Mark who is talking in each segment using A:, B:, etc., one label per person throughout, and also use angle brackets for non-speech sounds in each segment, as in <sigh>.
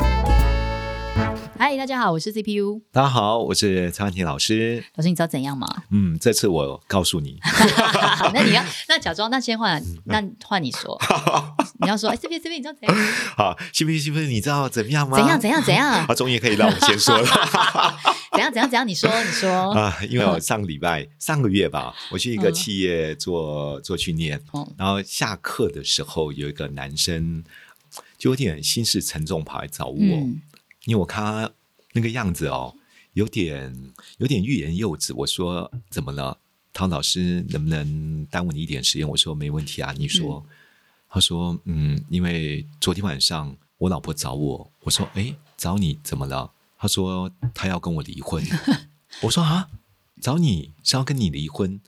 A: 嗨，大家好，我是 CPU。
B: 大家好，我是蔡汉庭老师。
A: 老师，你知道怎样吗？
B: 嗯，这次我告诉 <laughs> 你，
A: 那你要那假装，那先换，那换你说，你要说，哎，这边这边，你知道怎样？
B: 好，是啊不是？是不是？你知道怎么样吗？
A: 怎样？怎样？怎样
B: 啊，？终于可以让我先 <laughs> 说了
A: 怎样？怎样？怎样？你说，你说。
B: 啊！因为我上礼拜、上个月吧，我去一个企业做、做训练，
A: 哦，
B: 然后下课的时候有一个男生就有点心事沉重跑来找我，
A: 嗯，
B: 因为我看他那个样子哦，有点有点欲言又止。我说怎么了，唐老师能不能耽误你一点时间？我说没问题啊。你说，他说嗯，因为昨天晚上我老婆找我，我说诶，找你怎么了？他说他要跟我离婚。我说啊，找你是要跟你离婚？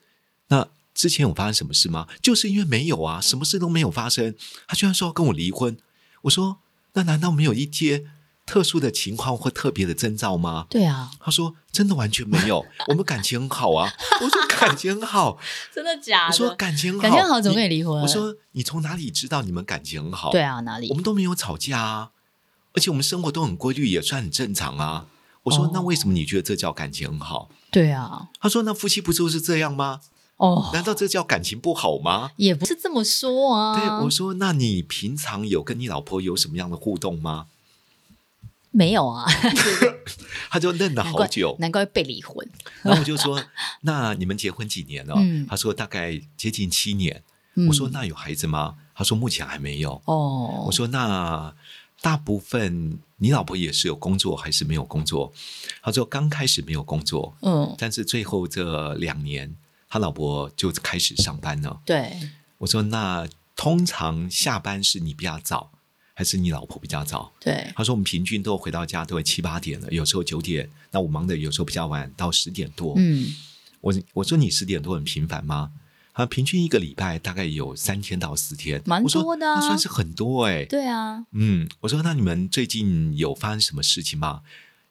B: 那之前有发生什么事吗？就是因为没有啊，什么事都没有发生，他居然说要跟我离婚。我说那难道没有一些特殊的情况或特别的征兆吗？
A: 对啊，
B: 他说真的完全没
A: <laughs>
B: 有，我们感情很好啊。我说感情很好，
A: 真的假
B: 我说感情很好，
A: 感情很好怎么跟你离婚
B: 我说你从哪里知道你们感情很好？
A: 对啊，哪里
B: 我？们都没有吵架啊，而且我们生活都很规律，也算很正常啊。我
A: 哦
B: 说那为什么你觉得这叫感情很好？
A: 对啊，
B: 他说那夫妻不就是这样吗？
A: 哦，
B: 难道这叫感情不好吗？
A: 也不是这么说啊。
B: 对，我说那你平常有跟你老婆有什么样的互动吗？
A: 没有啊，
B: 他就愣了
A: 难怪
B: 好久，
A: 难怪被离婚。
B: 然后我就说：“那你们结婚几年了？”
A: 嗯
B: 他说：“大概接近七年。
A: 嗯
B: 我说：“那有孩子吗？”他说：“目前还没有。
A: 哦，
B: 我说：“那大部分你老婆也是有工作还是没有工作？”他说：“刚开始没有工作，
A: 嗯，
B: 但是最后这两年，他老婆就开始上班了。
A: 对，”
B: 我说：“那通常下班是你比较早，还是你老婆比较早？”
A: 对，
B: 他说我们平均都回到家都会七八点了，有时候九点。那我忙的有时候比较晚，到十点多。
A: 嗯，
B: 我我说你十点多很频繁吗？他平均一个礼拜大概有三天到四天，
A: 蛮
B: 我说
A: 多的啊
B: 那算是很多哎、
A: 对啊，
B: 嗯，我说那你们最近有发生什么事情吗？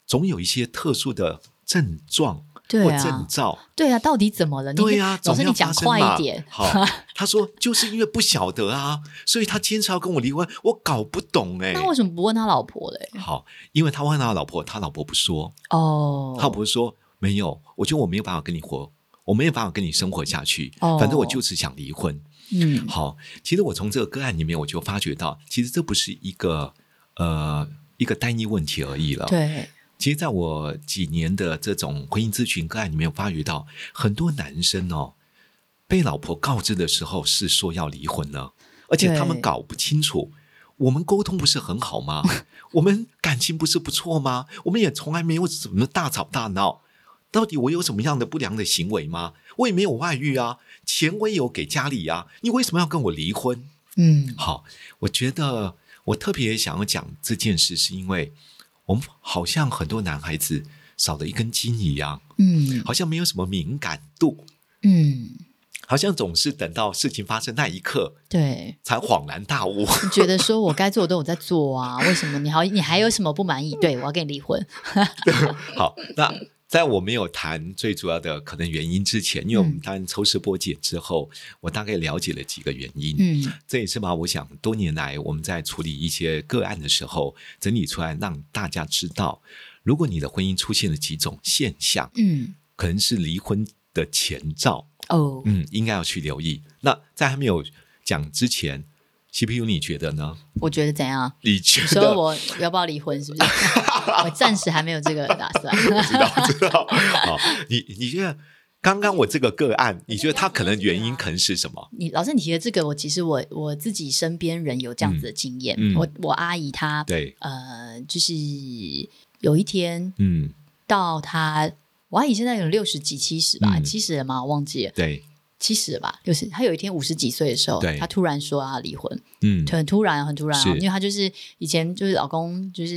B: 总有一些特殊的症状
A: 对
B: 或
A: 啊
B: 症兆，
A: 对啊，到底怎么了？你
B: 对呀、啊
A: 老
B: 总
A: 师
B: 要
A: 你讲
B: 发生
A: 快
B: 嘛。
A: 一点
B: 好，他说就是因为不晓得啊，所以他坚持要跟我离婚，我搞不懂
A: <laughs>
B: 哎、
A: 那为什么不问他老婆嘞？
B: 好，因为他问他老婆，他老婆不说，
A: 哦，
B: 他老婆说没有，我觉得我没有办法跟你活，我没有办法跟你生活下去，
A: 哦
B: 反正我就是想离婚。
A: 嗯，
B: 好，其实我从这个个案里面，我就发觉到，其实这不是一个呃一个单一问题而已了。，
A: 对，
B: 其实在我几年的这种婚姻咨询个案里面，我发觉到很多男生哦，被老婆告知的时候是说要离婚了，而且他们
A: 对
B: 搞不清楚。我们沟通不是很好吗？我们感情不是不错吗？我们也从来没有怎么大吵大闹。到底我有什么样的不良的行为吗？我也没有外遇啊，钱我也有给家里啊，你为什么要跟我离婚？
A: 嗯，
B: 好，我觉得我特别想要讲这件事，是因为我们好像很多男孩子少了一根筋一样，
A: 嗯，
B: 好像没有什么敏感度，
A: 嗯，
B: 好像总是等到事情发生那一刻
A: 对，
B: 才恍然大悟。 <laughs>
A: 你觉得说我该做的都有在做啊，为什么你还你还有什么不满意？对我要跟你离婚。
B: 好，那。在我没有谈最主要的可能原因之前，因为我们当然抽丝剥茧之后，我大概了解了几个原因。
A: 嗯，
B: 这也是嘛，我想多年来我们在处理一些个案的时候，整理出来让大家知道，如果你的婚姻出现了几种现象，
A: 嗯，
B: 可能是离婚的前兆，
A: 哦，
B: 嗯，应该要去留意。那在还没有讲之前，CPU 你觉得呢？
A: 我觉得怎样？
B: 你觉
A: 所以
B: 得？
A: 我要不要离婚？是不是？我暂时还没有这个打
B: <laughs>
A: 算。
B: <laughs> 知道知道，好，你你觉得刚刚我这个个案，你觉得它可能原因可能是什么？
A: 你老师，你提的这个，我其实我我自己身边人有这样子的经验。
B: 嗯嗯
A: 我我阿姨她
B: 对，
A: 呃，就是有一天
B: 嗯，
A: 到她，我阿姨现在有六十几、七十吧，
B: 嗯
A: 七十了吗？我忘记了。
B: 对，
A: 七十吧，六十。他有一天五十几岁的时候
B: 对，
A: 他突然说他离婚，
B: 嗯，
A: 很突然，很突然、
B: 是
A: 哦，因为他就是以前就是老公就是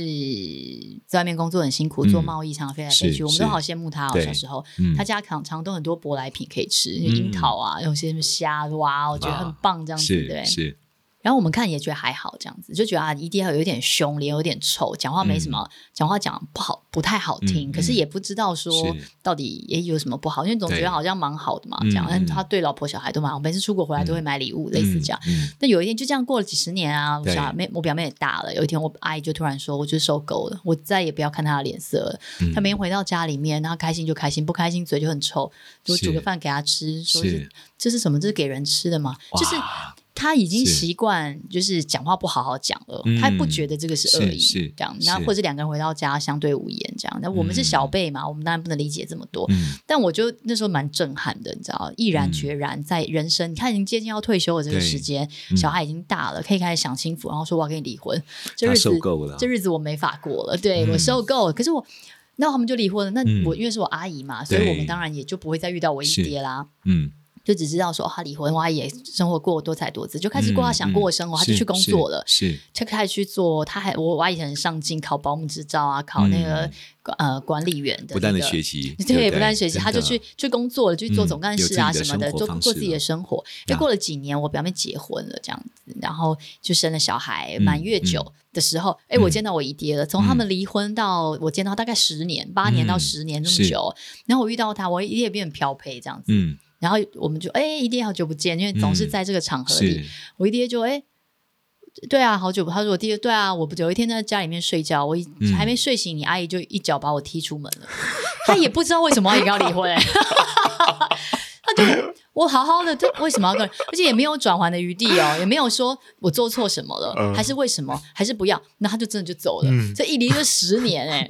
A: 在外面工作很辛苦，
B: 嗯
A: 做贸易，常常飞来飞
B: 是
A: 去，我们
B: 是
A: 都好羡慕他哦。
B: 对
A: 小时候
B: 嗯，
A: 他家常常都很多舶来品可以吃，
B: 嗯
A: 樱桃啊，有些什么虾哇，哦我觉得很棒这样子，对
B: 是。是，
A: 然后我们看也觉得还好，这样子就觉得啊，一定要有一点凶，脸有点臭，讲话没什么，讲话讲不好，不太好听，
B: 嗯
A: 可是也不知道说
B: 是
A: 到底也有什么不好，因为总觉
B: 对
A: 得好像蛮好的嘛，
B: 嗯
A: 这样。但
B: 嗯
A: 他对老婆小孩都蛮好，每次出国回来都会买礼物，类似这样。
B: 嗯，
A: 那有一天就这样过了几十年啊，我
B: 对
A: 小孩妹我表妹也大了。有一天我阿姨就突然说，我就受够了，我再也不要看她的脸色了。
B: 嗯
A: 她每天回到家里面，然后开心就开心，不开心嘴就很臭，就是煮个饭给她吃，说是
B: 是
A: 这是什么？这是给人吃的吗？
B: 哇
A: 就是她已经
B: 是
A: 习惯，就是讲话不好好讲了，
B: 嗯
A: 她不觉得这个是恶意，
B: 是是
A: 这样。
B: 是
A: 然后或者两个人回到家相对无言这样。那我们是
B: 嗯
A: 小辈嘛，我们当然不能理解这么多。
B: 嗯，
A: 但我就那时候蛮震撼的，你知道，毅然决然在人生，你看已经接近要退休的这个时间，
B: 嗯
A: 小孩已经大了，可以开始享清福，然后说我要跟你离婚，这
B: 他
A: 日子
B: 受够了
A: 这日子我没法过了，对、
B: 嗯
A: 我受够了。可是我，那他们就离婚了。那
B: 嗯
A: 我、因为是我阿姨嘛，所以
B: 对
A: 我们当然也就不会再遇到我一
B: 是
A: 爹啦。
B: 嗯，
A: 就只知道说、哦、他离婚，我阿姨也生活过多彩多姿，就开始过
B: 嗯
A: 她想过的生活，她就去工作了。
B: 是是
A: 就开始去做，他还我我阿姨很上进，考保姆执照啊，考那个、呃管理员的、那个，
B: 嗯不断的学习，
A: 对，
B: 对，
A: 不但学习，
B: 真
A: 他就
B: 的
A: 去去工作了，去做
B: 嗯
A: 总干
B: 有
A: 事啊
B: 自己的
A: 什么的，
B: 生活
A: 做
B: 方
A: 做
B: 式
A: 自己的
B: 了
A: 生活。就
B: 啊
A: 过了几年，我表妹结婚了这样子，然后就生了小孩，满
B: 嗯
A: 月酒的时候，哎，我见到我姨爹了。从他们离婚到我见到大概十年，八年到
B: 嗯
A: 十年这么
B: 是
A: 久，然后我遇到他，我姨爹变得漂配这样子，
B: 嗯，
A: 然后我们就哎姨爹好久不见，因为总是
B: 嗯
A: 在这个场合里
B: 是，
A: 我一爹就哎、诶对啊，好久不。他说我爹对啊，我不有一天在家里面睡觉，我一、
B: 嗯
A: 还没睡醒，你阿姨就一脚把我踢出门了。他也不知道为什么阿姨跟他离婚、欸， <laughs> 他就我好好的，这为什么要跟？而且也没有转圜的余地哦，也没有说我做错什么了，
B: 嗯
A: 还是为什么，还是不要，那他就真的就走了。这一离就十年哎、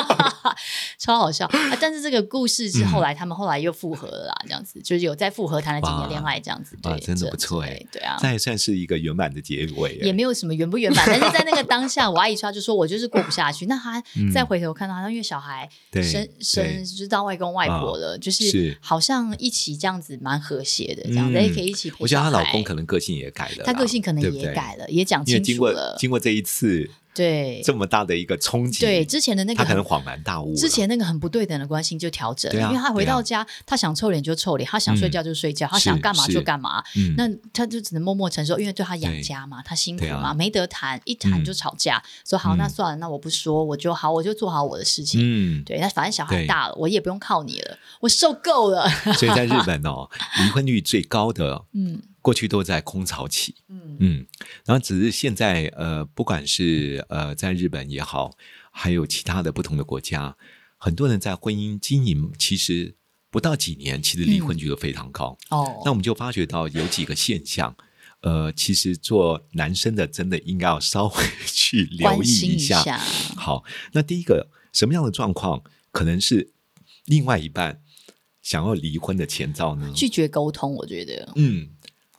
A: <laughs> 超好笑、啊！但是这个故事
B: 嗯
A: 是后来、他们后来又复合了啦，这样子就是有再复合谈了几年
B: 哇
A: 恋爱这样子，
B: 哇
A: 对，
B: 真的
A: 这
B: 不错
A: 之类
B: 欸
A: 对啊，
B: 那也算是一个圆满的结尾欸，
A: 也没有什么圆不圆满，但是在那个当下，我阿姨说她就说我就是过不下去。那她再回头看到她，因为小孩
B: 嗯对
A: 生生
B: 对啊
A: 就是到外公外婆了，就是
B: 是
A: 好像一起这样子蛮和谐的，这样子
B: 嗯
A: 哎可以一起陪小孩。
B: 我觉得她老公可能个性也改了啦，
A: 她个性可能
B: 对不
A: 也
B: 对
A: 改，了，也讲
B: 因为
A: 清
B: 经
A: 楚
B: 过
A: 了，
B: 经过这一次
A: 对
B: 这么大的一个冲击，
A: 对之前的那个
B: 她可能
A: 很
B: 恍然大悟了，
A: 之前那个很不对等的关系就调整了，
B: 对啊
A: 因为她回
B: 对啊嗯
A: 到家，她想臭脸就臭脸，她想睡觉就睡觉，她想
B: 是
A: 干嘛就是干嘛，
B: 嗯
A: 那他就只能默默承受，因为对他养
B: 对
A: 家嘛，他辛苦
B: 对啊
A: 嘛，没得谈，一谈
B: 嗯
A: 就吵架，说好
B: 嗯
A: 那算了，那我不说，我就好，我就做好我的事情。
B: 嗯，
A: 对，那反正小孩
B: 对
A: 大了，我也不用靠你了，我受够
B: <laughs>
A: 了。
B: 所以在日
A: <laughs>
B: 本哦，离婚率最高的
A: 嗯
B: 过去都在空巢期，
A: 嗯
B: 嗯，然后只是现在呃，不管是呃在日本也好，还有其他的不同的国家，很多人在婚姻经营其实不到几年，其实离婚率都非常高。那
A: 哦，
B: 我们就发觉到有几个现象。呃，其实做男生的真的应该要稍微去留
A: 关
B: 意
A: 心
B: 一下。
A: 下，
B: 好，那第一个什么样的状况可能是另外一半想要离婚的前兆呢？
A: 拒绝沟通，我觉得
B: 嗯，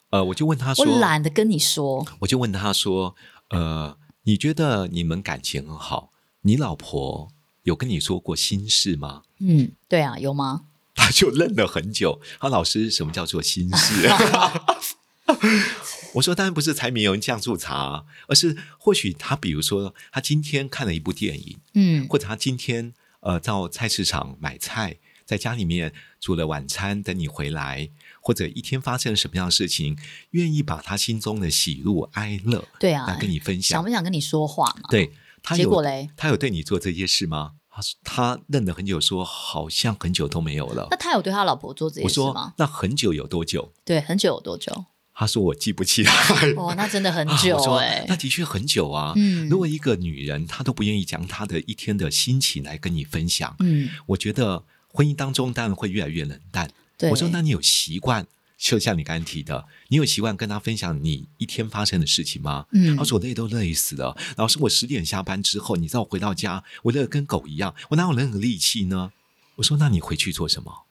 B: 呃，我就问他
A: 我
B: 说，
A: 懒得跟你说，
B: 我就问他说：“呃，你觉得你们感情很好，你老婆有跟你说过心事吗 <laughs>
A: 嗯，对啊，有吗？？”
B: 他就愣了很久。他老师，什么叫做心事？ <laughs> 我说，当然不是柴米油酱醋茶，而是或许他，比如说，他今天看了一部电影， <laughs>
A: 嗯，
B: 或者他今天呃到菜市场买菜，在家里面煮了晚餐等你回来，或者一天发生了什么样的事情，愿意把他心中的喜怒哀乐
A: 对啊
B: 来，跟你分
A: 想
B: 享
A: 不。想跟你说话嘛？，
B: 对他
A: 结
B: 有
A: 果嘞，
B: 他有对你做这些事吗？他他愣了很久说，好像很久都没有了
A: 那。他有对他老婆做这些
B: 我
A: 事
B: 说
A: 吗？
B: 那很久有多久？
A: 对，很久有多久？
B: 他说我记不起来。
A: 哦，那真的很
B: 啊
A: 久
B: <laughs> 我说
A: 哎
B: 那，的确很久啊。
A: 嗯
B: 如果一个女人她都不愿意将她的一天的心情来跟你分享， <laughs>
A: 嗯，
B: 我觉得婚姻当中当然会越来越冷淡。
A: 对。
B: 我说，那你有习惯？就像你刚才提的，你有习惯跟他分享你一天发生的事情吗？
A: 嗯
B: 他说我累都累死了。老师，我十点下班之后，你知道我回到家，我累得跟狗一样，我哪有任何力气呢？我说那你回去做什么？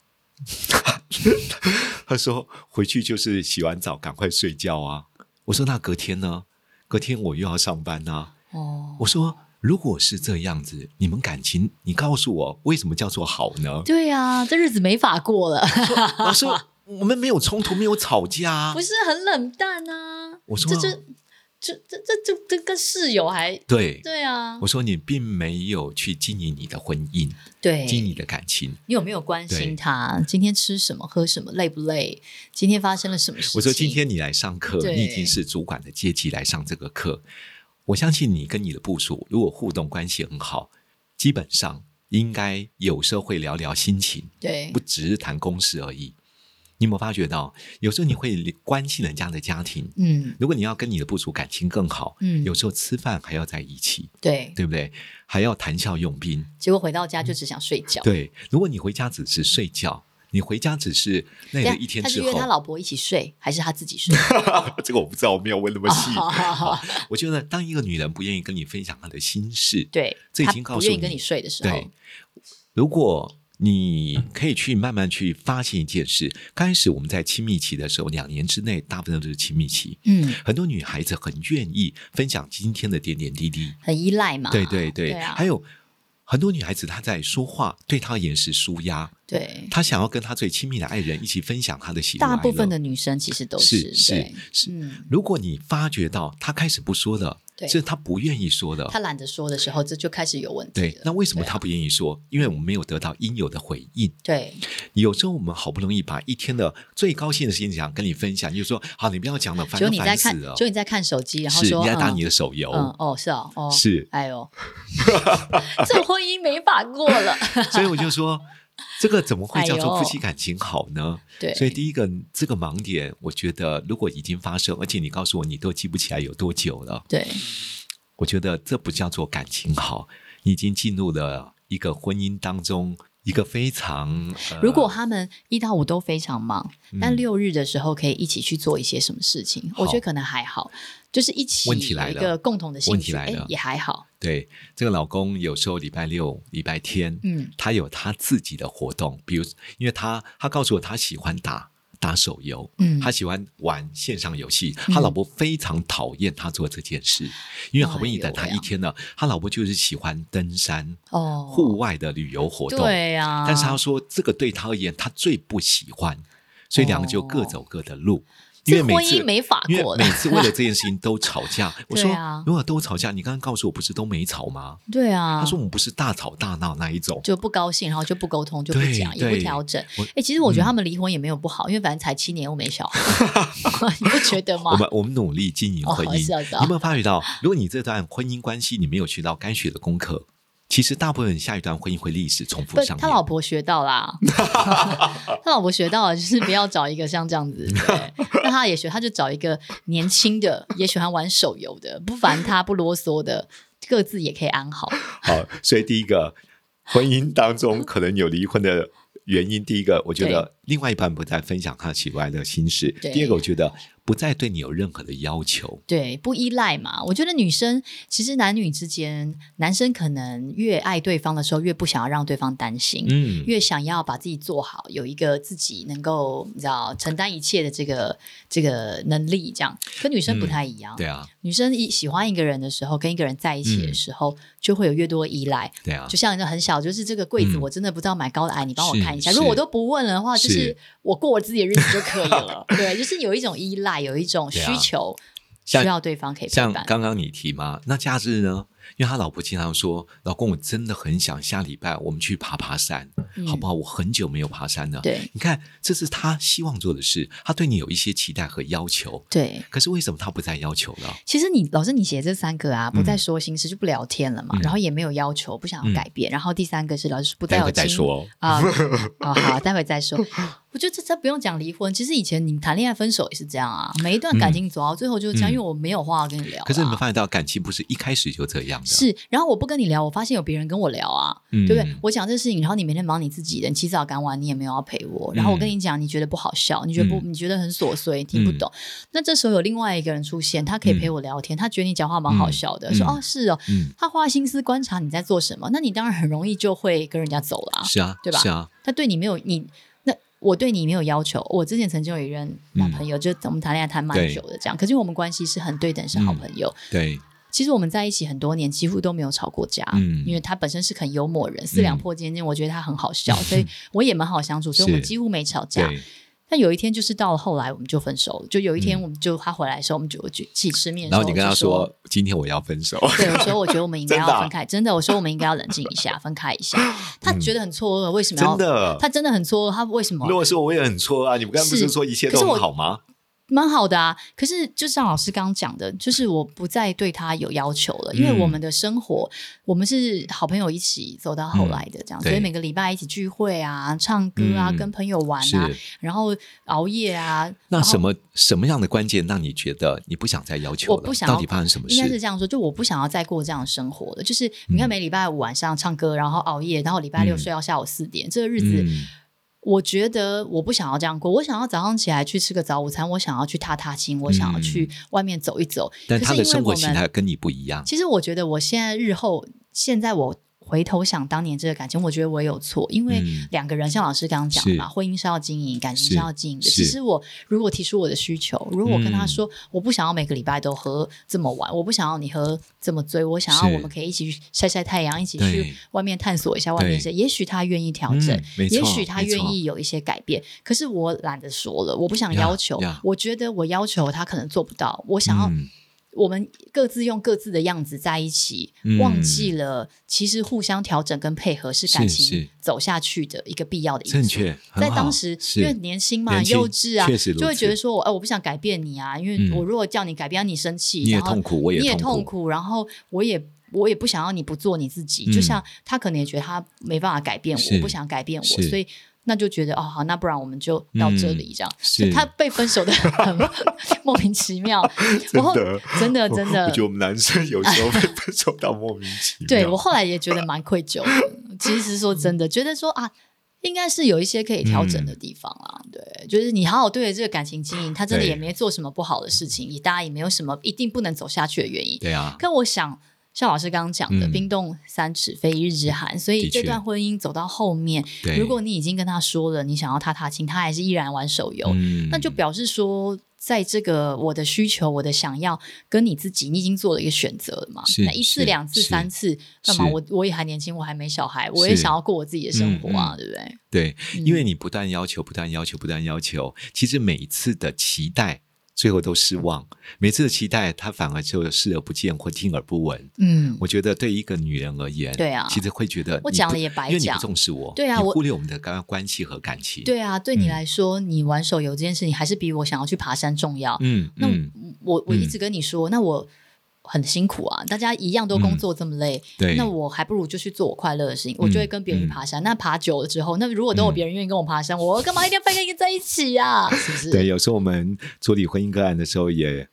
B: <laughs> 他说回去就是洗完澡赶快睡觉啊。我说那隔天呢？隔天我又要上班啊。
A: 哦，
B: 我说如果是这样子，你们感情，
A: <laughs>
B: 你告诉我为什么叫做好呢？ <laughs>
A: 对啊，这日子没法过了。
B: 老师，我们没有冲突，没有吵架啊
A: 不。是很冷淡啊。
B: 我说
A: 这就这这这这这跟室友还
B: 对，
A: 对啊，
B: 我说你并没有去经营你的婚姻，
A: 对
B: 经营你的感情。
A: 你有没有关
B: 对
A: 心他？今天吃什么？喝什么？累不累？今天发生了什么事情？
B: 我说今天你来上课，
A: 对
B: 你已经是主管的阶级来上这个课，我相信你跟你的部署如果互动关系很好，基本上应该有时候会聊聊心情，
A: 对
B: 不只是谈公事而已。你有没有发觉到，有时候你会关心人家的家庭？
A: 嗯
B: 如果你要跟你的部署感情更好，
A: 嗯
B: 有时候吃饭还要在一起，
A: 对，
B: 对不对？还要谈笑用兵，
A: 结果回到家就只想睡觉。
B: 对。如果你回家只是睡觉，你回家只是那
A: 等下，
B: 个一天
A: 啊他是
B: 之
A: 约
B: 后，嗯
A: 他老婆一起睡，还是他自己睡？
B: <laughs> 这个我不知道，我没有问那么细。
A: 哦好好好
B: 好我觉得当一个女人不愿意跟你分享她的心事，
A: 对，
B: <laughs> 这已
A: 他
B: 经告
A: 不
B: 诉
A: 愿意跟
B: 你
A: 你睡的时候
B: 对，，如果你可以去慢慢去发现一件事，刚开始我们在亲密期的时候，两年之内大部分都是亲密期，
A: 嗯，
B: 很多女孩子很愿意分享今天的点点滴滴，
A: 很依赖嘛。
B: 对对对，
A: 对啊
B: 还有。很多女孩子她在说话，对她而言是舒压，
A: 对，
B: 她想要跟她最亲密的爱人一起分享她的喜怒
A: 嗯大
B: 哀
A: 部分
B: 乐
A: 的女生其实都
B: 是
A: 对
B: 是是。
A: 嗯，
B: 如果你发觉到她开始不说了，
A: 对
B: 这是她不愿意说的，
A: 她懒得说的时候，这就开始有问题
B: 对
A: 了。，
B: 那为什么
A: 对啊
B: 她不愿意说？因为我们没有得到应有的回应。
A: 对
B: 有时候我们好不容易把一天的最高兴的事情想跟你分享，你就说好，你不要讲了，烦
A: 就
B: 都
A: 你在
B: 烦死
A: 看
B: 了，。
A: 就你在看手机，然后
B: 哦是
A: 说
B: 你在打
A: 嗯
B: 你的手游，
A: 嗯哦是哦哦
B: 是
A: 哎呦，这婚姻没法过了。
B: 所以我就说。这个怎么会叫做
A: 哎呦
B: 夫妻感情好呢？
A: 对，
B: 所以第一个这个盲点，我觉得如果已经发生，而且你告诉我你都记不起来有多久了，
A: 对
B: 我觉得这不叫做感情好，你已经进入了一个婚姻当中一个非常、呃
A: 如果他们一到五都非常忙，但
B: 嗯
A: 六日的时候可以一起去做一些什么事情，
B: 好
A: 我觉得可能还好，就是一起
B: 问题来
A: 有一
B: 了
A: 个共同的兴
B: 问题
A: 趣，
B: 来
A: 哎
B: 了，
A: 也还好。
B: 对这个老公有时候礼拜六、礼拜天，
A: 嗯，
B: 他有他自己的活动，比如因为他他告诉我他喜欢打打手游，
A: 嗯
B: 他喜欢玩线上游戏，
A: 嗯
B: 他老婆非常讨厌他做这件事，因为好不容易等他
A: 哎呦喂啊
B: 一天了，他老婆就是喜欢登山、
A: 哦，
B: 户外的旅游活动，
A: 对啊，
B: 但是他说这个对他而言他最不喜欢，所以两个就各走各的路。
A: 哦这
B: 因为每
A: 婚
B: 次
A: 姻没法
B: 因
A: 过
B: 为
A: 了
B: 每。次为了这件事情都吵
A: <laughs>
B: 架，我
A: 对
B: 说、
A: 啊
B: 如果都吵架，你刚刚告诉我不是都没吵吗？
A: 对啊，
B: 他说我们不是大吵大闹那一种，
A: 就不高兴，然后就不沟通，就不
B: 对
A: 讲，也不
B: 对
A: 调整。
B: 我嗯
A: 哎、其实我觉得他们离婚也没有不好，因为反正才七年又没小孩， <laughs> 你不觉得吗
B: 我？们我们努力经营婚
A: 哦是
B: 姻，
A: 啊是啊
B: 你有没有发觉到，如果你这段婚姻关系你没有学到该学的功课，其实大部分下一段婚姻会历史重复
A: 不，
B: 上
A: 他
B: 演。
A: 老婆学到
B: <laughs>
A: 啦，他老婆学到了，就是不要找一个像这样子。
B: <laughs>
A: 对，那他也学，他就找一个年轻的，也喜欢玩手游的，不烦他，不啰嗦的，各自也可以安好。
B: <laughs> 好，所以第一个，婚姻当中可能有离婚的原因，第一个，我觉得另外一半不再分享他喜欢的心事；
A: 对
B: 第二个，我觉得不再对你有任何的要求。
A: 对，不依赖嘛。我觉得女生其实男女之间，男生可能越爱对方的时候，越不想要让对方担心。
B: 嗯，
A: 越想要把自己做好，有一个自己能够你知道承担一切的这个这个能力，这样跟女生不太一样。
B: 对啊，
A: 女生一喜欢一个人的时候，跟一个人在一起的时候，就会有越多依赖。
B: 对啊
A: 就，像人很小，就是这个柜子，
B: 嗯
A: 我真的不知道买高的矮，你帮我看一下。
B: 是
A: 如果我都不问的话，
B: 是
A: 就是我过我自己的日子就可以
B: <laughs>
A: 了。对，就是有一种依赖，有一种需求，需
B: 啊像
A: 要对方可以陪
B: 像
A: 伴。
B: 刚刚你提嘛，那假日呢？因为他老婆经常说：“老公，我真的很想下礼拜我们去爬爬山，
A: 嗯
B: 好不好？我很久没有爬山了。”
A: 对
B: 你看，这是他希望做的事，他对你有一些期待和要求。
A: 对，
B: 可是为什么他不再要求了？
A: 其实你老师你写这三个啊，不
B: 嗯
A: 再说心事，就不聊天了嘛，
B: 嗯
A: 然后也没有要求，不想要改变。然后第三个是老师不再
B: 待
A: 有
B: 会再
A: 亲
B: 说。
A: 啊、
B: <laughs>
A: 哦，好，待会再说。我觉得这这不用讲离婚，其实以前你谈恋爱分手也是这样啊，每一段感情走到最后就是这样，
B: 嗯
A: 因为我没有话要跟你聊啊、
B: 可是你们发现到，感情不是一开始就这样的。
A: 是，然后我不跟你聊，我发现有别人跟我聊啊，
B: 嗯
A: 对不对？我讲这事情，然后你每天忙你自己的，你起早赶晚，你也没有要陪我。然后我跟你讲，你觉得不好笑，你觉得不，
B: 嗯
A: 你觉得很琐碎，听不懂。那这时候有另外一个人出现，他可以陪我聊天，他觉得你讲话蛮好笑的，
B: 嗯
A: 说
B: 嗯
A: 哦是哦，
B: 嗯，
A: 他花心思观察你在做什么，那你当然很容易就会跟人家走了、啊。
B: 是啊，
A: 对吧
B: 是啊，
A: 他对你没有你，那我对你没有要求。我之前曾经有一任男朋友，就我们谈恋爱谈蛮
B: 嗯对嗯
A: 久的这样，可是我们关系是很对等，是好朋友。
B: 对，
A: 其实我们在一起很多年，几乎都没有吵过架。
B: 嗯
A: 因为他本身是很幽
B: <laughs>
A: 默的人，四两拨千斤，我觉得他很好笑，所以我也蛮好相处，所以我们
B: 是
A: 几乎没吵架。
B: 对，
A: 但有一天就是到了后来，我们就分手了。就有一天，我们就他回来的时候，我们就我就一起吃面的时
B: 嗯然
A: 候，
B: 后你跟
A: 我
B: 他
A: 就
B: 说，今天我要分
A: <laughs>
B: 手，
A: 对，我说我觉得我们应
B: <laughs>
A: 该
B: 真的啊
A: 要分开，真的，我说我们应该要冷静一下，分开一
B: <laughs>
A: 下。他觉得很错愕，为什么要？
B: 真的。
A: 他真的很错愕，他为什么
B: 如？果是我，我也很错啊！你们刚刚不是
A: 是
B: 说一切都
A: 可是我
B: 很好吗？
A: 蛮好的啊，可是就像老师刚刚讲的，就是我不再对他有要求了，因为
C: 嗯
A: 我们的生活，我们是好朋友一起走到后来的这样，
B: 对
A: 所以每个礼拜一起聚会啊、唱歌啊、
B: 嗯
A: 跟朋友玩
B: 是
A: 啊，然后熬夜啊。
B: 那什
A: 么？
B: 么什么样的关键让你觉得你不想再要求
A: 我
B: 了？
A: 不想要
B: 到底发生什么
A: 应该是
B: 事？
A: 这样说，就我不想要再过这样的生活了。就是你看，每礼拜五晚上唱歌，然后熬夜，然后礼拜六
B: 嗯
A: 睡到下午四点，这个日子
B: 嗯
A: 我觉得我不想要这样过，我想要早上起来去吃个早午餐，我想要去踏踏青，我想要去外面走一走。
B: 嗯但
A: 可
B: 他
A: 是因
B: 的
A: 为
B: 生活
A: 我
B: 形
A: 们
B: 态跟你不一样，
A: 其实我觉得我现在日后，现在我回头想当年这个感情，我觉得我有错，因为
B: 嗯
A: 两个人像老师刚刚讲的嘛，
B: 是
A: 婚姻是要经营，感情
B: 是
A: 是要经营的。其
B: 是
A: 实我如果提出我的需求，如果我跟他
B: 嗯
A: 说、我不想要每个礼拜都喝这么晚，我不想要你喝这么醉，我想
B: 是
A: 要我们可以一起去晒晒太阳，一起
B: 对
A: 去外面探索一下外面一些，也许他愿意调整，
B: 嗯没错
A: 也许他
B: 没错
A: 愿意有一些改变。可是我懒得说了，我不想
B: 呀
A: 要求
B: 呀
A: 我觉得我要求他可能做不到，我想要、
B: 嗯
A: 我们各自用各自的样子在一起，
B: 嗯
A: 忘记了其实互相调整跟配合是感
B: 是是
A: 情走下去的一个必要的因素。
B: 正确，很
A: 在
B: 好
A: 当时，
B: 是
A: 因为年轻嘛、
B: 年轻
A: 幼稚啊
B: 确实，如此
A: 就会觉得说我，哎，我不想改变你啊，因
B: 嗯
A: 为我如果叫你改变，你生气，
B: 你也
A: 然后
B: 痛苦我也
A: 你也
B: 痛苦
A: 痛苦，然后我也我也不想要你不做你自己。
B: 嗯
A: 就像他可能也觉得他没办法改变
B: 是
A: 我，不想改变我，
B: 是嗯
A: 所以那就觉得哦，好，那不然我们就到这里这样。
B: 是
A: 他被分手的很 <laughs> 莫名其
B: <laughs>
A: 妙，我后真的真的
B: 我觉得我们男生有时候被分手到莫名其妙。
A: 对我后来也觉得蛮愧疚的。其实说真
B: 嗯
A: 的，觉得说啊，应该是有一些可以调整的地方啦。对，就是你好好对着这个感情经营，他真的
B: 对
A: 也没做什么不好的事情，也大家也没有什么一定不能走下去的原因。
B: 对啊，
A: 可我想，像老师刚刚讲的，
B: 嗯
A: 冰冻三尺非一日之寒，所
B: 的
A: 以
B: 确
A: 这段婚姻走到后面，
B: 对
A: 如果你已经跟他说了你想要踏踏青，他还是依然玩手游，
B: 嗯
A: 那就表示说，在这个我的需求、我的想要跟你自己，你已经做了一个选择了嘛？
B: 是
A: 那一次、
B: 是
A: 两次、
B: 是
A: 三次，干嘛？
B: 是
A: 我我也还年轻，我还没小孩，我也
B: 是
A: 想要过我自己的生活啊，
B: 嗯
A: 对不对？
B: 对，
A: 嗯
B: 因为你不断要求，不断要求，不断要求，其实每一次的期待最后都失望，每次的期待他反而就视而不见或听而不闻。
A: 嗯，
B: 我觉得对一个女人而言，
A: 对啊
B: 其实会觉得
A: 我
B: 你
A: 讲
B: 不
A: 了也白
B: 因为你不
A: 讲
B: 重视我，
A: 对啊
B: 你
A: 我
B: 忽略我们的关关系和感情。，
A: 对啊，对你
B: 嗯
A: 来说，你玩手游这件事情还是比我想要去爬山重要。
B: 嗯
A: 那
B: 嗯，
A: 我我一
B: 嗯
A: 直跟你说，那我很辛苦啊，大家一样都工作这么累，
B: 嗯对，嗯
A: 那我还不如就去做我快乐的事情，我就会跟别人去爬山。那爬久了之后，那如果都有别人愿意跟我爬山，我干嘛一定要非跟一个在一起
B: <laughs>
A: 呀、啊？是不是？
B: 嗯对，有时候我们处理婚姻个案的时候也。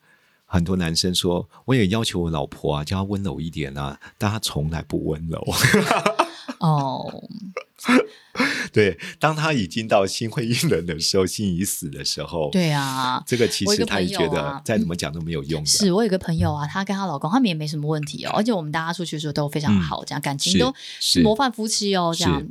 B: 很多男生说，我也要求我老婆啊，叫她温柔一点啊，但她从来不温柔。
A: 哦，
B: 对，当他已经到心灰意冷的时候，心已死的时候，
A: 对啊。
B: 这个其
A: 我一
B: 实
A: 个
B: 他也
A: 朋
B: 觉
A: 友
B: 得
A: 啊
B: 再怎么讲都没有用的。
A: 是我有一个朋友啊，她跟她老公，他们也没什么问题哦，而且我们大家出去的时候都非常好，这样感情
B: 嗯是
A: 都
B: 是
A: 模范夫妻哦，这样
B: 是。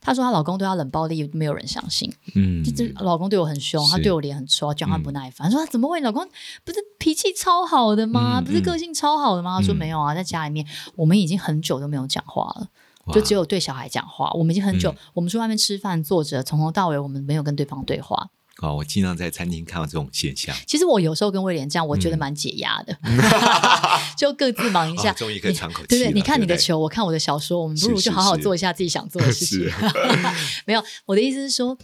A: 她说她老公对她冷暴力，没有人相信。
B: 嗯
A: 就这老公对我很凶，他
B: 是
A: 对我脸很臭，讲话
B: 嗯
A: 不耐烦。说怎么会？老公不是脾气超好的吗？
B: 嗯
A: 不是个性超好的吗？他说
B: 嗯
A: 没有啊，在家里面我们已经很久都没有讲话了。就只有对小孩讲话，我们已经很久，
B: 嗯
A: 我们去外面吃饭坐着，从头到尾我们没有跟对方对话。
B: 哦，我经常在餐厅看到这种现
A: <laughs>
B: 象。
A: 其实我有时候跟威廉这样，我觉得
B: 嗯
A: 蛮解压
B: <laughs>
A: 的，就各自忙一下。
B: 哦终于可以
A: 你
B: 喘口
A: 对不
B: 气
A: 对？你
B: 了
A: 看
B: 对
A: 你的
B: 不对
A: 球，我看我的小说，我们不
B: 是
A: 如就是好好
B: 是
A: 做一下自己想做的事
B: <laughs>
A: 情。 <laughs> 没有，我的意思是说，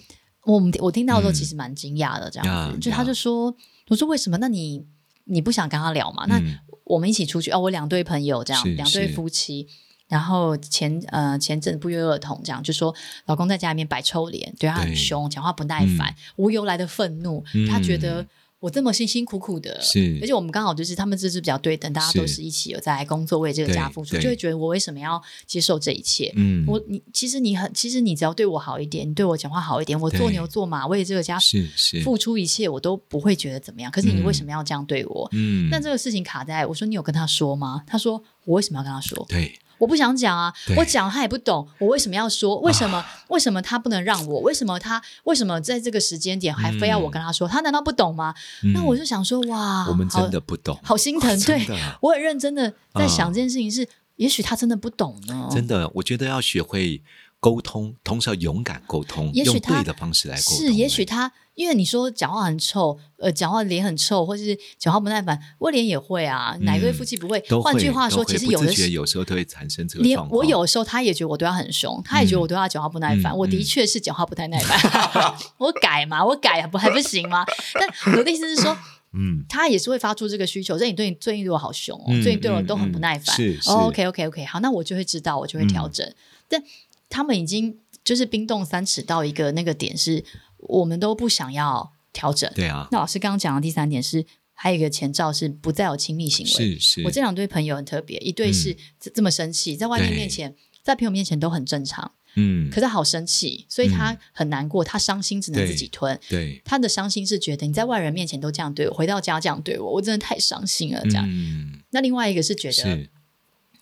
A: 我们我听到的时候
B: 嗯
A: 其实蛮惊讶的，这样
B: 呀
A: 子。就他
B: 呀
A: 就说，我说为什么？那你你不想跟他聊嘛？那
B: 嗯
A: 我们一起出去哦，我两对朋友这样
B: 是，
A: 两对
B: 是
A: 夫妻。然后前呃前阵不约而同这样，就说老公在家里面摆臭脸，对他很
B: 对嗯
A: 凶，讲话不耐烦，无由来的愤怒，他觉得我这么辛辛苦苦的，
B: 是
A: 而且我们刚好就是他们这是比较对等，大家
B: 是
A: 都是一起有在工作为这个
B: 对
A: 家付出，
B: 对
A: 就会觉得我为什么要接受这一切？
B: 嗯，
A: 我你其实你很，其实你只要对我好一点，你对我讲话好一点，我做
B: 对
A: 牛做马为这个家
B: 是是，
A: 付出一切，我都不会觉得怎么样。可是你
B: 嗯
A: 为什么要这样对我？
B: 嗯，
A: 那这个事情卡在我说你有跟他说吗？他说我为什么要跟他说？
B: 对
A: 我不想讲啊
B: 对，啊
A: 我讲他也不懂，我为什么要说？为什么？为什么他不能让我？为什么他？为什么在这个时间点还非要我跟他说？他难道不懂吗？那
B: 嗯
A: 我就想说，哇，
B: 我们
A: 好
B: 真的不懂，
A: 好心疼，对
B: 真的
A: 我很认真的在
B: 啊
A: 想这件事情是，也许他真的不懂呢，
B: 真的，我觉得要学会沟通，同时要勇敢沟通，
A: 也许
B: 用
A: 他
B: 对的方式来沟通。欸
A: 是，也许他因为你说讲话很臭，呃，讲话脸很臭，或是讲话不耐烦，我脸也会啊，哪一对夫妻不会？
B: 嗯都会
A: 换句话说，
B: 都会
A: 其实
B: 不
A: 有的
B: 自觉
A: 时
B: 有时候都会产生这个
A: 连
B: 状况。
A: 我有时候他也觉得我对他很凶，他也觉得我对他讲话不耐烦。
B: 嗯
A: 我的确是讲话不太耐
B: <laughs>
A: 烦，我改嘛，我改不还不行吗？但我的意思是说，
B: 嗯，
A: 他也是会发出这个需求，所以你对你最近对我好凶哦，
B: 嗯
A: 最近对我
B: 嗯
A: 都很不
B: 嗯
A: 耐烦。
B: 是嗯是
A: 哦，OK OK OK，好，那我就会知道，我就会调整。但他们已经就是冰冻三尺到一个那个点是，我们都不想要调整。
B: 对啊，
A: 那老师刚刚讲的第三点是，还有一个前兆是不再有亲密行为。
B: 是是，嗯
A: 我这两对朋友很特别，一对是这这么生气，在外面
B: 对
A: 面前，在朋友面前都很正常，
B: 嗯
A: 可，是他好生气，所以他
B: 嗯
A: 很难过，他伤心只能
B: 对
A: 自己吞。
B: 对，
A: 他的伤心是觉得你在外人面前都这样对我，回到家这样对我，我真的太伤心了。这样，
B: 嗯，
A: 那另外一个是觉得哦
B: 是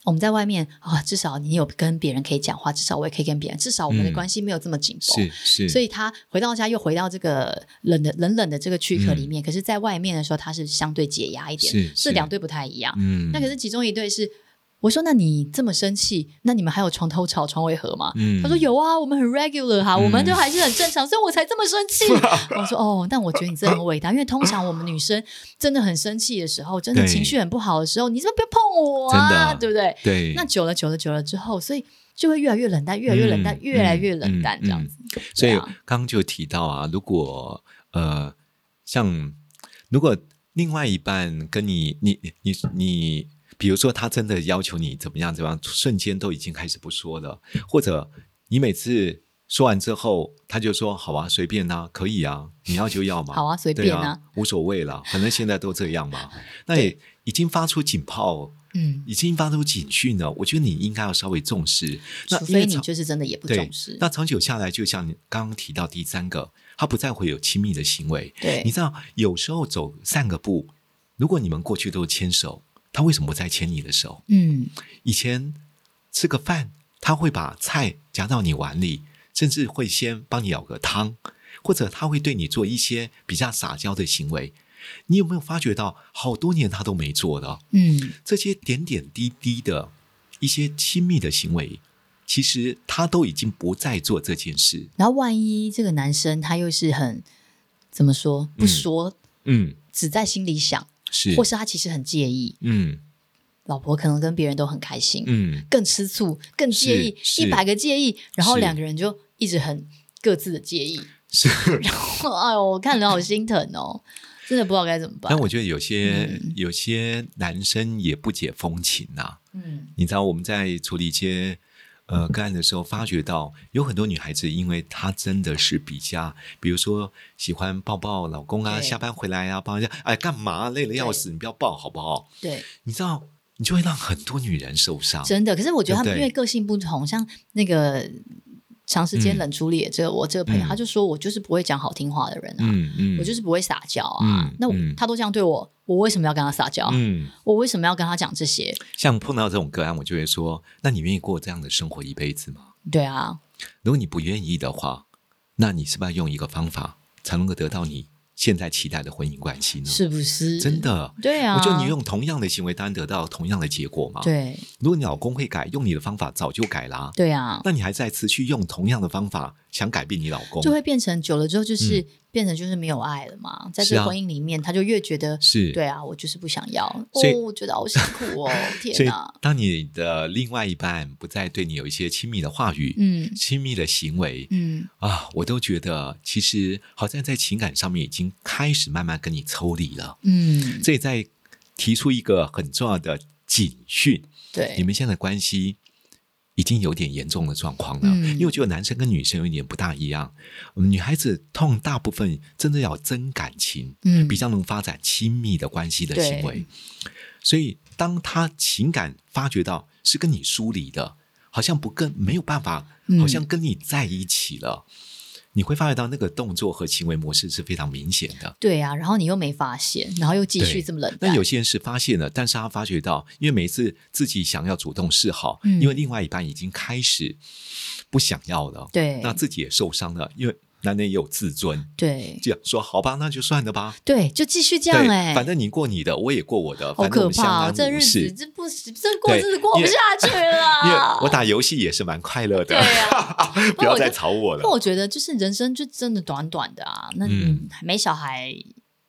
A: 我们在外面啊、至少你有跟别人可以讲话，至少我也可以跟别人，至少我们的
B: 嗯
A: 关系没有这么紧绷。
B: 是嗯是，
A: 所以他回到家又回到这个冷的冷冷的这个躯壳里面，可是，在外面的时候，他是相对解压一点，
B: 嗯是
A: 这两，对不太一样。
B: 嗯，
A: 那可是其中一对是，我说那你这么生气，那你们还有床头吵、床尾和吗？
B: 嗯，
A: 他说有啊，我们很 regular 哈、我们
B: 嗯
A: 都还是很正常，所以我才这么
B: <laughs>
A: 生气。我说哦，但我觉得你真的很伟大，因为通常我们女生真的很生气的时候，真的
B: 对
A: 情绪很不好的时候，你是不是不要碰我啊，
B: 真的
A: 对不对？
B: 对，
A: 那久了久了久了之后，所以就会越来越冷淡，越来越冷淡，
B: 嗯
A: 越来越冷淡、
B: 嗯
A: 这样子。
B: 所以
A: 对啊
B: 刚刚就提到啊，如果呃，像如果另外一半跟你，你你你你，比如说他真的要求你怎么样怎么样，瞬间都已经开始不说了，或者你每次说完之后，他就说好啊，随便啊，可以啊，你要就要嘛，
A: 好啊随
B: 对
A: 便啊
B: 啊，无所谓了，反正现在都这样
A: <laughs>
B: 嘛，那也已经发出警报。
A: 嗯，
B: 已经发出警讯了，我觉得你应该要稍微重视。那
A: 除
B: 因为
A: 非你
B: 常
A: 就是真的也不
B: 对
A: 重视，
B: 那长久下来，就像你刚刚提到第三个，他不再会有亲密的行为。
A: 对
B: 你知道，有时候走散个步，如果你们过去都牵手，他为什么不再牵你的手？
A: 嗯，
B: 以前吃个饭，他会把菜夹到你碗里，甚至会先帮你舀个汤，或者他会对你做一些比较撒娇的行为。你有没有发觉到，好多年他都没做了？
A: 嗯，
B: 这些点点滴滴的一些亲密的行为，其实他都已经不再做这件事。
A: 然后万一这个男生他又是很怎么说不
B: 嗯
A: 说，
B: 嗯，
A: 只在心里想，
B: 是，
A: 或是他其实很介意，
B: 嗯
A: 老婆可能跟别人都很开心，
B: 嗯，
A: 更吃醋，更介意，
B: 是
A: 一
B: 是
A: 百个介意，然后
B: 是
A: 两个人就一直很各自的介意。 <laughs>
B: 是。
A: 哎呦，我看人好心疼哦，真的不知道该怎么办
B: 但。我觉得有些、
A: 嗯
B: 有些男生也不解风情呐、
A: 嗯，
B: 你知道我们在处理一些呃个案的时候，发觉到有很多女孩子，因为她真的是比较，比如说喜欢抱抱老公啊，
A: 对
B: 下班回来啊，抱一下，哎，干嘛累得要
A: 对
B: 死，你不要抱好不好？
A: 对，
B: 你知道，你就会让很多女人受伤。
A: 真的。可是我觉得他
B: 对
A: 们
B: 不
A: 因
B: 对
A: 为个性不同，像那个长时间
B: 嗯
A: 冷处理的这个我这个朋友，
B: 嗯
A: 他就说我就是不会讲好听话的人啊，
B: 嗯嗯，
A: 我就是不会撒娇啊
B: 嗯。
A: 那我
B: 嗯
A: 他都这样对我，我为什么要跟他撒娇？
B: 嗯，
A: 我为什么要跟他讲这些？
B: 像碰到这种个案，我就会说，那你愿意过这样的生活一辈子吗？
A: 对啊，
B: 如果你不愿意的话，那你是不是要用一个方法才能够得到你现在期待的婚姻关系呢？
A: 是不是？
B: 嗯真，的。
A: 对啊。
B: 我觉得你用同样的行为，当然得到同样的结果嘛。，
A: 对
B: 如果你老公会改，用你的方法早就改啦。
A: 对啊，
B: 那你还在持续用同样的方法想改变你老公，
A: 就会变成久了之后，就是、变成就是没有爱了嘛。在这
B: 嗯是
A: 个
B: 啊
A: 婚姻里面，他就越觉得
B: 是
A: 对啊，我就是不想要。哦
B: 所以，
A: 我觉得好辛苦哦，
B: <laughs> 所
A: 天
B: 以
A: 哪！
B: 当你的另外一半不再对你有一些亲密的话语、
A: 嗯
B: 亲密的行为，
A: 嗯，
B: 啊，我都觉得其实好像在情感上面已经开始慢慢跟你抽离了，
A: 嗯，
B: 这也在提出一个很重要的警讯，你
A: 对，
B: 们现在的关系。已经有点严重的状况了，
A: 嗯
B: 因为我觉得男生跟女生有一点不大一样，嗯女孩子痛大部分真的要真感情，
A: 嗯
B: 比较能发展亲密的关系的行为。所以，当他情感发觉到是跟你疏离的，好像不跟没有办法
A: 嗯，
B: 好像跟你在一起了，你会发觉到那个动作和行为模式是非常明显的。
A: 对啊。然后你又没发现，然后又继续
B: 对
A: 这么冷淡
B: 那。有些人是发现了，但是他发觉到，因为每次自己想要主动示好，
A: 嗯
B: 因为另外一半已经开始不想要了，
A: 对
B: 那自己也受伤了，因为男人也有自尊，
A: 对
B: 这样说好吧，那就算了吧。
A: 对，就继续这样
B: 对，
A: 哎、
B: 反正你过你的，我也过我的，
A: 好
B: 反正我
A: 可
B: 们相
A: 怕、哦，这
B: 安无
A: 日
B: 事
A: 子。这不这过
B: 对
A: 日子过不
B: 因为
A: 下去
B: 因为
A: 了。啊
B: 我打游戏也是蛮快乐
A: 对
B: 的，
A: 啊，
B: <laughs> 不要再吵我
A: 那
B: 了。
A: 我觉得就是人生就真的短短的啊，那
B: 嗯
A: 嗯，没小孩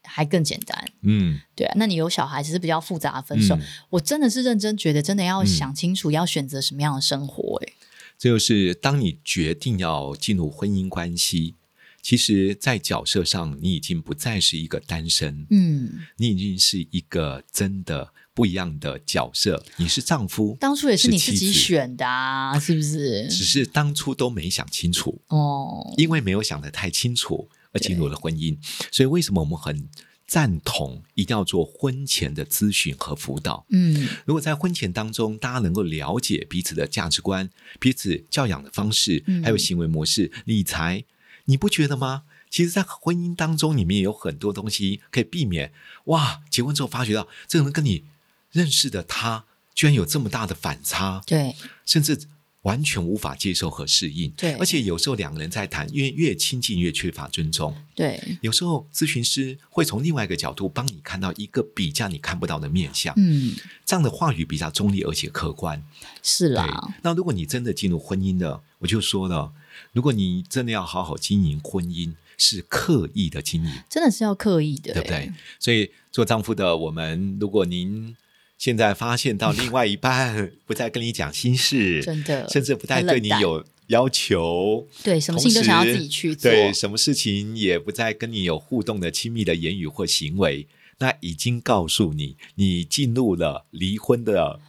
A: 还更简单，
B: 嗯，
A: 对啊，那你有小孩只是比较复杂的分
B: 嗯
A: 手，我真的是认真觉得真的要
B: 嗯
A: 想清楚要选择什么样的生活、欸，
B: 这就是当你决定要进入婚姻关系，其实，在角色上你已经不再是一个单身，
A: 嗯，
B: 你已经是一个真的不一样的角色，你是丈夫，
A: 当初也是你自
B: 是
A: 己
B: 妻子
A: 选的啊，是不是？
B: 只是当初都没想清楚，
A: 哦，
B: 因为没有想得太清楚而进入了婚姻，所以为什么我们很赞同一定要做婚前的咨询和辅导？
A: 嗯，
B: 如果在婚前当中，大家能够了解彼此的价值观、彼此教养的方式，
A: 嗯
B: 还有行为模式、理财，你不觉得吗？其实，在婚姻当中，里面有很多东西可以避免。哇，结婚之后发觉到这个人跟你认识的他，居然有这么大的反差，
A: 对，
B: 甚至完全无法接受和适应。
A: 对
B: 而且有时候两个人在谈，因为越亲近越缺乏尊重。
A: 对，
B: 有时候咨询师会从另外一个角度帮你看到一个比较你看不到的面相。
A: 嗯，
B: 这样的话语比较中立而且客观。
A: 是啊
B: 对
A: 啦，，
B: 那如果你真的进入婚姻了，我就说了，如果你真的要好好经营婚姻，是刻意的经营，
A: 真的是要刻意的、欸
B: 对不对？？所以做丈夫的我们，如果您现在发现到另外一
A: <laughs>
B: 半不再跟你讲心事，
A: 真的
B: 甚至不再
A: 很冷
B: 对你
A: 淡
B: 有要求，
A: 对，什么事
B: 同
A: 情都想要
B: 时
A: 自己去做，
B: 对，什么事情也不再跟你有互动的亲密的言语或行为，那已经告诉你，你进入了离婚的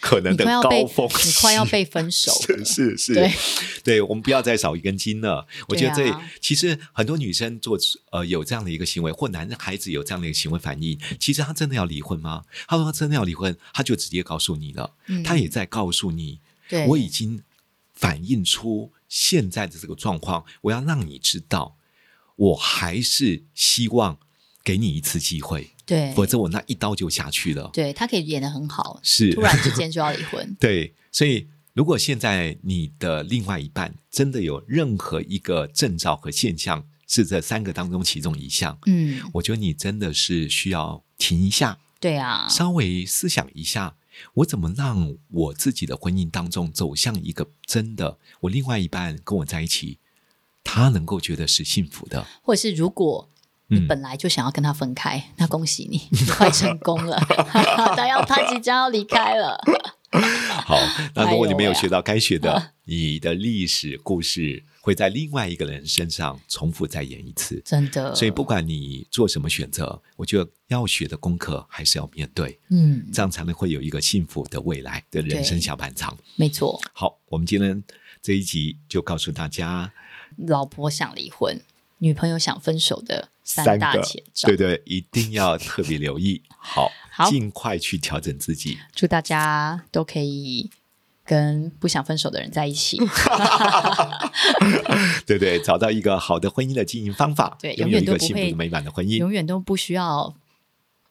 B: 可
A: <laughs>
B: 能
A: 你
B: 的
A: 快要被
B: 高峰
A: 你快要
B: 期
A: 被分手了，
B: 是是是，
A: 对
B: <laughs> 对我们不要再少一根筋了。我觉得
A: 对
B: 这、
A: 啊
B: 其实很多女生做呃有这样的一个行为，或男孩子有这样的一个行为反应，其实他真的要离婚吗？他说他真的要离婚，他就直接告诉你了，
A: 嗯
B: 他也在告诉你，
A: 对，
B: 我已经反映出现在的这个状况，我要让你知道，我还是希望给你一次机会，
A: 对，
B: 否则我那一刀就下去了。
A: 对他可以演的很好，
B: 是，
A: 突然之间就要离婚
B: 对，所以如果现在你的另外一半真的有任何一个征兆和现象是这三个当中其中一项，
A: 嗯，
B: 我觉得你真的是需要停一下，
A: 对
B: <laughs>
A: 啊，
B: 稍微思想一下，我怎么让我自己的婚姻当中走向一个真的我另外一半跟我在一起，他能够觉得是幸福的。
A: 或者是如果。 <laughs> 你
B: 嗯
A: 本来就想要跟他分开，那恭喜你，你快成功了。 <laughs> 他要他即将要离开了，
B: 好，那如果你没有学到该学
A: 哎呦 <laughs>
B: 的，你的历史故事会在另外一个人身上重复再演一次。
A: 真的。
B: 所以不管你做什么选择，我觉得要学的功课还是要面对，
A: 嗯，
B: 这样才能会有一个幸福的未来的人生
A: 对
B: 下半场。
A: 没错，
B: 好，我们今天这一集就告诉大家
A: 老婆想离婚，女朋友想分手的三大
B: 个
A: 前，兆
B: 对。对，一定要特别
A: <laughs>
B: 留意，好，
A: 好
B: 尽快去调整自己。
A: 祝大家都可以跟不想分手的人在一起，
B: 对对，找到一个好的婚姻的经营方法，
A: 对
B: 拥有
A: 永远
B: 一
A: 都
B: 个
A: 不
B: 幸福
A: 会
B: 的美满的婚姻
A: 永。远都不需要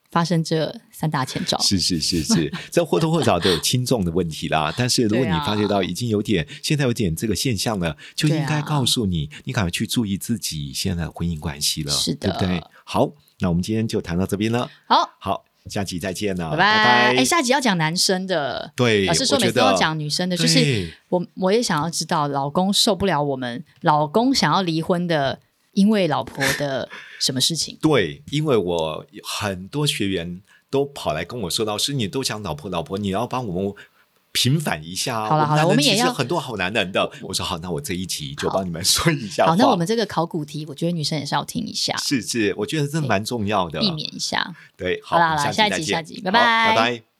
A: 发生这三大前兆。
B: 是是是是，这或多或少都有轻重的问题啦。但是如果
A: 对
B: 你
A: 啊
B: 发觉到已经有点、现在有点这个现象了，就
A: 对
B: 应该
A: 啊
B: 告诉你，你赶快去注意自己现在的婚姻关系了，
A: 是
B: 对不对
A: 的？
B: 好，那我们今天就谈到这边了。
A: 好，
B: 好，下期再见了，啊
A: 拜
B: 拜
A: 拜。哎，下集要讲男生的，
B: 对
A: 老师说
B: 我觉
A: 每次都要
B: 得啊
A: 讲女生的，
B: 对？
A: 就是我我也想要知道老公受不了我们，老公想要离婚的，因为老婆的什么事情
B: <laughs> 对，因为我有很多学员都跑来跟我说，老师，你都想老婆，老婆，你要帮我们平反一下啊。
A: 好了好了
B: 男人
A: 我们也
B: 其实
A: 要
B: 很多好男人的。我说好，那我这一集就
A: 好
B: 帮你们说一下话。
A: 好，那我们这个考古题，我觉得女生也是要听一下，
B: 是是，我觉得这蛮重要的，啊
A: 避免一下。
B: 对。
A: 好啦好啦
B: 我们
A: 下一
B: 集再
A: 集
B: 见
A: 下集拜
B: 好
A: 拜
B: 拜拜。